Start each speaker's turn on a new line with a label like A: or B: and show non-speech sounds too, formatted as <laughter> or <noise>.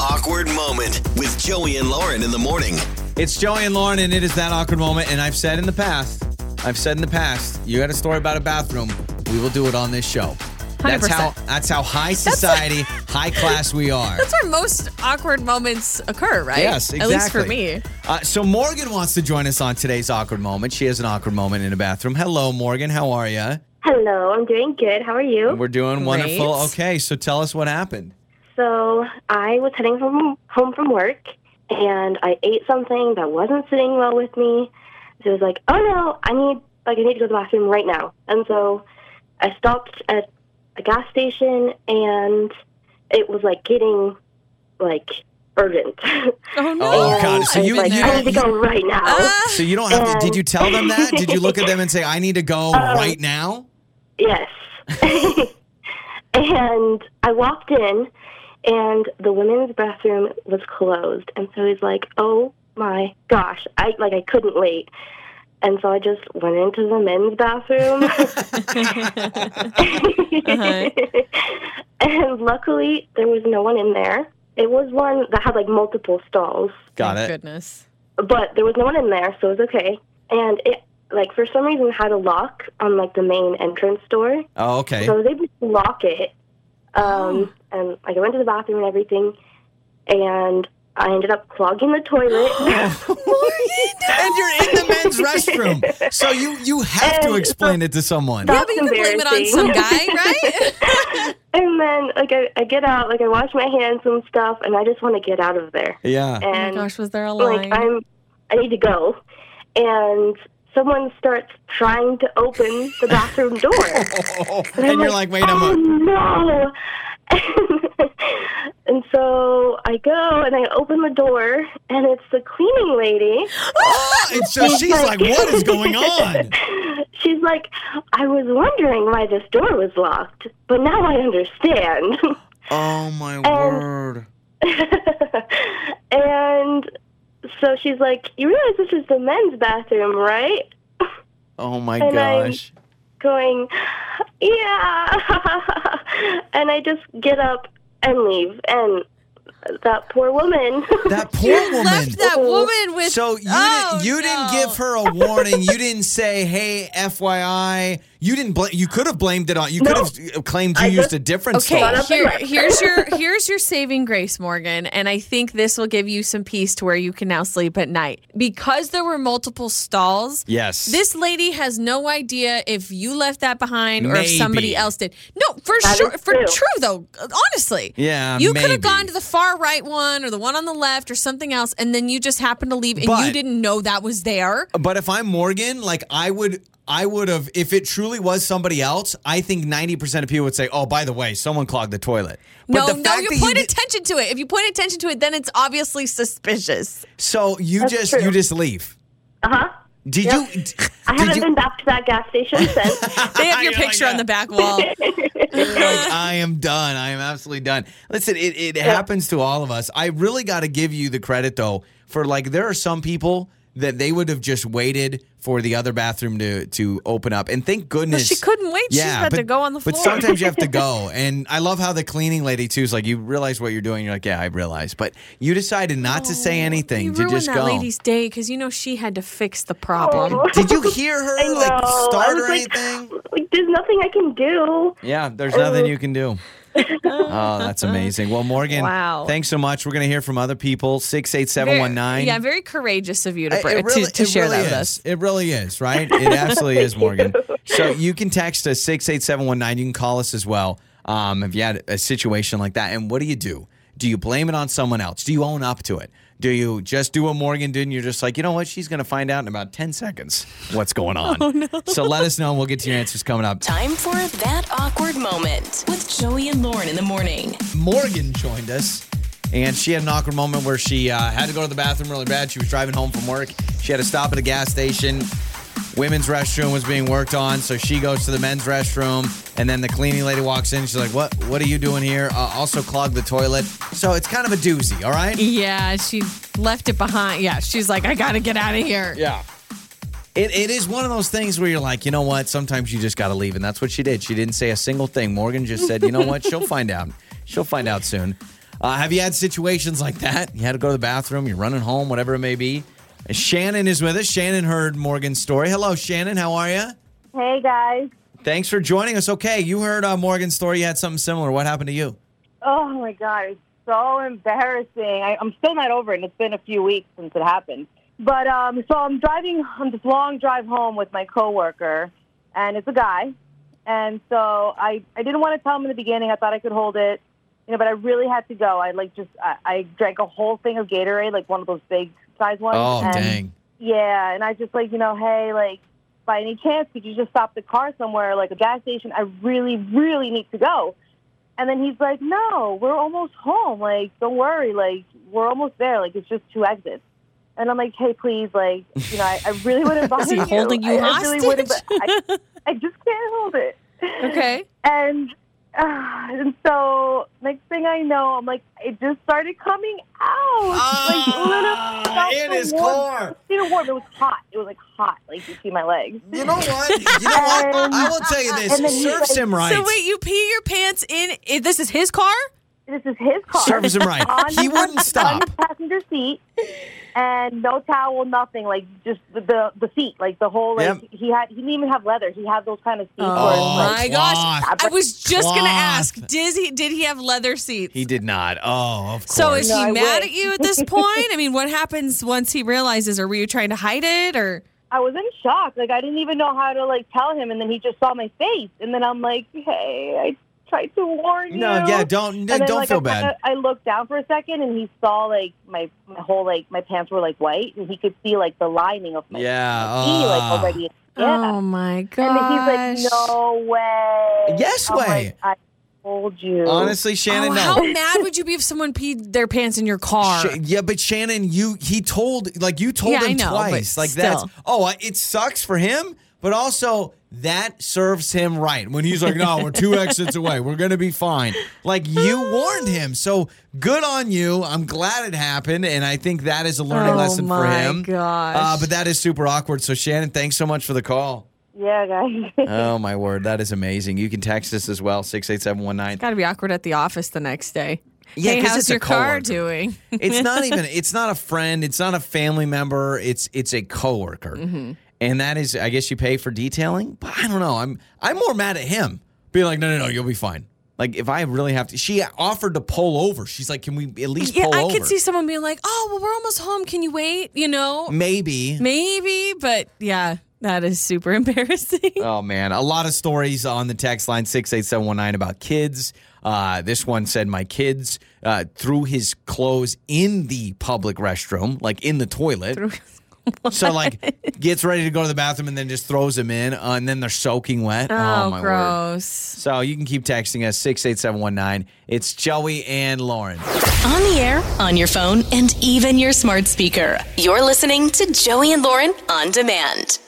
A: awkward moment with Joey and Lauren in the morning.
B: It's Joey and Lauren, and it is that awkward moment. And I've said in the past, I've said in the past, you got a story about a bathroom, we will do it on this show. That's
C: 100%.
B: how that's how high society, high class we are.
C: <laughs> That's where most awkward moments occur, right?
B: Yes, exactly.
C: At least for me.
B: Uh, so Morgan wants to join us on today's awkward moment. She has an awkward moment in a bathroom. Hello, Morgan. How are you?
D: Hello, I'm doing good. How are you?
B: We're doing wonderful.
C: Great.
B: Okay, so tell us what happened.
D: So, I was heading from home from work and I ate something that wasn't sitting well with me. So I was like, "Oh no, I need like I need to go to the bathroom right now." And so I stopped at a gas station and it was like getting like urgent.
C: Oh no.
D: <laughs>
B: Oh, God. So
D: I was
B: you-
D: like,
B: you
D: I
B: don't-
D: need to go right now.
B: <laughs>
C: Ah.
B: So you don't have to. Did you tell them that? Did you look at them and say, "I need to go right now"?
D: Yes. <laughs> and I walked in, and the women's bathroom was closed. And so he's like, "Oh my gosh!" I like I couldn't wait. And so I just went into the men's bathroom. <laughs> And luckily, there was no one in there. It was one that had like multiple stalls,
B: Got
C: Thank
B: it.
C: Goodness.
D: but there was no one in there, so it was okay. And it, like, for some reason, had a lock on like the main entrance door.
B: Oh, okay.
D: So I was able to lock it.
B: <gasps>
D: Um, and like I went to the bathroom and everything, and I ended up clogging the
B: <gasps>
D: toilet. <laughs>
B: and you're in the men's restroom. So you you have to
D: And
B: explain it to someone.
D: That's
C: But you can blame it on
D: embarrassing.
C: some guy, <laughs> right?
D: and then like I, I get out, like I wash my hands and stuff, and I just want to get out of there. <laughs>
B: Yeah.
C: oh my
D: And
C: gosh, was there a line?
D: like I'm, I need to go, and someone starts trying to open
B: <laughs>
D: the bathroom door.
B: And you're like, wait a
D: oh,
B: minute.
D: no. <laughs> and so I go and I open the door, and it's the cleaning lady.
B: And so Ah, she's like, what is going on?
D: She's like, I was wondering why this door was locked, but now I understand. <laughs>
B: Oh my word.
D: and so she's like, You realize this is the men's bathroom, right?
B: Oh my
D: And I-
B: gosh.
D: Going, Yeah. <laughs> and I just get up and leave. And that poor woman.
B: <laughs> That poor woman.
C: Left that woman with
B: So you
C: Oh,
B: didn't, you
C: no.
B: didn't give her a warning. You didn't say, "Hey, FYI." You didn't blame. You could have blamed it on. You
D: No.
B: could have uh, claimed you
D: I
B: used
D: just-
B: a different
C: Okay,
B: stall.
D: up and
C: here,
D: left.
C: here's your here's your saving grace, Morgan, and I think this will give you some peace to where you can now sleep at night. Because there were multiple stalls,
B: Yes.
C: This lady has no idea if you left that behind or if
B: Maybe.
C: somebody else did. No, for
D: That is
C: sure. For
D: true.
C: true, though, honestly.
B: Yeah,
C: You could
B: maybe.
C: have gone to the far right one or the one on the left or something else, and then you just happened to leave and
B: But-
C: you didn't know that was there.
B: But if I'm Morgan, like I would, I would have. If it truly was somebody else, I think ninety percent of people would say, "Oh, by the way, someone clogged the toilet." But
C: no,
B: the
C: no,
B: fact
C: you
B: that
C: point
B: did-
C: attention to it. If you point attention to it, then it's
B: <laughs>
C: obviously suspicious.
B: so you
D: That's
B: just
D: true.
B: you just leave.
D: uh huh.
B: Did
D: Yep.
B: you? d-
D: <laughs> I
B: did
D: haven't
B: you?
D: been back to that gas
B: <laughs>
D: station since.
C: They have
B: You're
C: your
B: like
C: picture on
B: that.
C: the back wall.
B: <laughs> like, I am done. I am absolutely done. Listen, it, it happens to all of us. I really got to give you the credit though for like there are some people that they would have just waited for the other bathroom to to open up, and thank goodness
C: she couldn't wait. She's about to go on the
B: But
C: floor.
B: sometimes you have to
C: <laughs>
B: go, and I love how the cleaning lady too is like, you realize what you're doing. You're like, yeah, I realize, but you decided not to say anything
C: Oh, You
B: to
C: ruined
B: just
C: that
B: go.
C: lady's day because you know she had to fix the problem.
D: Oh.
B: Did you hear
C: <laughs>
B: her
D: I know.
B: like
D: I
B: start
D: was
B: or
D: like,
B: anything?
D: like, there's nothing I can do.
B: Yeah, there's nothing you can <laughs> do. oh, that's amazing. Well, Morgan,
C: Wow.
B: thanks so much. We're going to hear from other people.
C: Very-
B: 68719.
C: Yeah, very courageous of you to,
B: It-
C: br-
B: it really-
C: to, to
B: it
C: share
B: really
C: that with
B: is.
C: us.
B: It really is, right? It <laughs> absolutely is, Morgan. So you can text us 68719. You can call us as well um, if you had a situation like that. And what do you do? Do you blame it on someone else? Do you own up to it? Do you just do what Morgan did and you're just like, you know what? She's going to find out in about 10 seconds what's <laughs> going on. So let us know and we'll get to your answers coming up.
E: Time for that awkward moment with Joey and Lauren in the morning.
B: Morgan joined us, and she had an awkward moment where she uh, had to go to the bathroom really bad. She was driving home from work. She had to stop at a gas station. Women's restroom was being worked on, so she goes to the men's restroom, and then the cleaning lady walks in. She's like, "What? What are you doing here?" Uh, also clogged the toilet, so it's kind of a doozy. All right.
C: Yeah, she left it behind. Yeah, she's like, I gotta get out of here.
B: Yeah. It, it is one of those things where you're like, you know what? Sometimes you just got to leave. <laughs> And that's what she did. She didn't say a single thing. Morgan just said, you know what? She'll find out. She'll find out soon. Uh, have you had situations like that? You had to go to the bathroom, you're running home, whatever it may be. And Shannon is with us. Shannon heard Morgan's story. Hello, Shannon. How are you?
F: Hey guys.
B: Thanks for joining us. Okay, you heard uh, Morgan's story. You had something similar. What happened to you?
F: Oh my god, it's so embarrassing. I, I'm still not over it. and It's been a few weeks since it happened. But um, so I'm driving on this long drive home with my coworker, and it's a guy. And so I, I didn't want to tell him in the beginning. I thought I could hold it, you know. But I really had to go. I like just I, I drank a whole thing of Gatorade, like one of those big size ones.
B: Oh,
F: and
B: dang.
F: Yeah, and I just like, you know, hey, like, by any chance, could you just stop the car somewhere, like a gas station? I really, really need to go. And then he's like, no, we're almost home. Like, don't worry. Like, we're almost there. Like, it's just two exits. And I'm like, hey, please, like, you know, I, I
C: <laughs>
F: really wouldn't bother
C: he
F: you.
C: holding you
F: I, I really wouldn't, but
C: hostage?
F: I,
C: <laughs>
F: I just can't hold it.
C: Okay.
F: <laughs> And, uh, and so next thing I know, I'm like, it just started coming out.
C: Oh.
B: Ah,
F: like,
B: in
F: literally,
B: his
F: warm-
B: car.
F: It was warm. It was hot. It was like hot. Like you see my legs.
B: You know what? You know
F: <laughs>
B: what? I will tell you this.
F: Um, And then he's
B: Serves
F: like-
B: him right.
C: So wait, you pee your pants in? i- This is his car?
F: This is his car.
B: <laughs> Serves
F: <laughs>
B: him right.
F: On
B: He
F: his-
B: wouldn't
F: On
B: stop.
F: his passenger seat, and no towel, nothing. Like just the the, the seat, like the whole. Like
B: Yep.
F: he had. He didn't even have leather. He had those kind of seats.
B: Oh,
F: where it's
C: my
F: like,
C: gosh!
B: cloth.
C: I was just gonna
B: Cloth.
C: ask. Did he did he have leather seats?
B: He did not. Oh, of course.
C: so is
F: No,
C: he
F: I
C: mad
F: wish.
C: at you at this
B: <laughs>
C: point? I mean, what happens once he realizes, or were you trying to hide it, or
F: I was in shock. Like I didn't even know how to like tell him, and then he just saw my face, and then I'm like, hey, I tried to warn you.
B: no, yeah, don't
F: And then,
B: don't
F: like,
B: feel
F: I,
B: bad.
F: kinda- I looked down for a second, and he saw like my my whole like my pants were like white, and he could see like the lining of my
B: Yeah,
F: my knee, like
B: ah.
F: already. Yeah.
C: oh my
F: and
C: gosh?
F: then he's like, "No way."
B: Yes
F: I'm
B: way.
F: Like, I told you.
B: Honestly, Shannon,
C: Oh,
B: no.
C: How mad would you be if someone peed their pants in your car?
B: Sh- yeah, but Shannon, you he told like you told
C: Yeah, I
B: him
C: know, but
B: twice. Like
C: still.
B: that's oh, I- it sucks for him, but also that serves him right when he's like, no, we're two exits away, we're gonna be fine. Like you
C: <laughs>
B: warned him, so good on you. I'm glad it happened, and I think that is a learning
C: Oh
B: lesson for
C: my
B: him.
C: gosh.
B: Uh, but that is super awkward. So Shannon, thanks so much for the
C: <laughs>
B: call.
F: yeah, guys.
B: oh my word, that is amazing. You can text us as well six eight seven one nine.
C: Got to be awkward at the office the next day.
B: Yeah,
C: hey,
B: 'cause
C: how's
B: it's a
C: your car
B: coworker.
C: doing?
B: it's
C: <laughs>
B: not even it's not a friend it's not a family member it's it's a coworker
C: Mm-hmm.
B: and that is i guess you pay for detailing but i don't know i'm i'm more mad at him being like no no no you'll be fine like if i really have to she offered to pull over she's like can we at least
C: yeah,
B: pull
C: I
B: over
C: could see someone being like, "Oh, well, we're almost home. Can you wait?" You know,
B: maybe
C: maybe, but yeah, that is super <laughs> embarrassing.
B: Oh man, a lot of stories on the text line six eight seven one nine about kids. Uh, this one said my kids uh, threw his clothes in the public restroom, like in the toilet. <laughs> so like gets ready to go to the bathroom and then just throws them in, uh, and then they're soaking wet.
C: Oh,
B: my word!
C: gross.
B: So you can keep texting us six eight seven one nine. It's Joey and Lauren.
E: On the air, on your phone, and even your smart speaker. You're listening to Joey and Lauren on demand.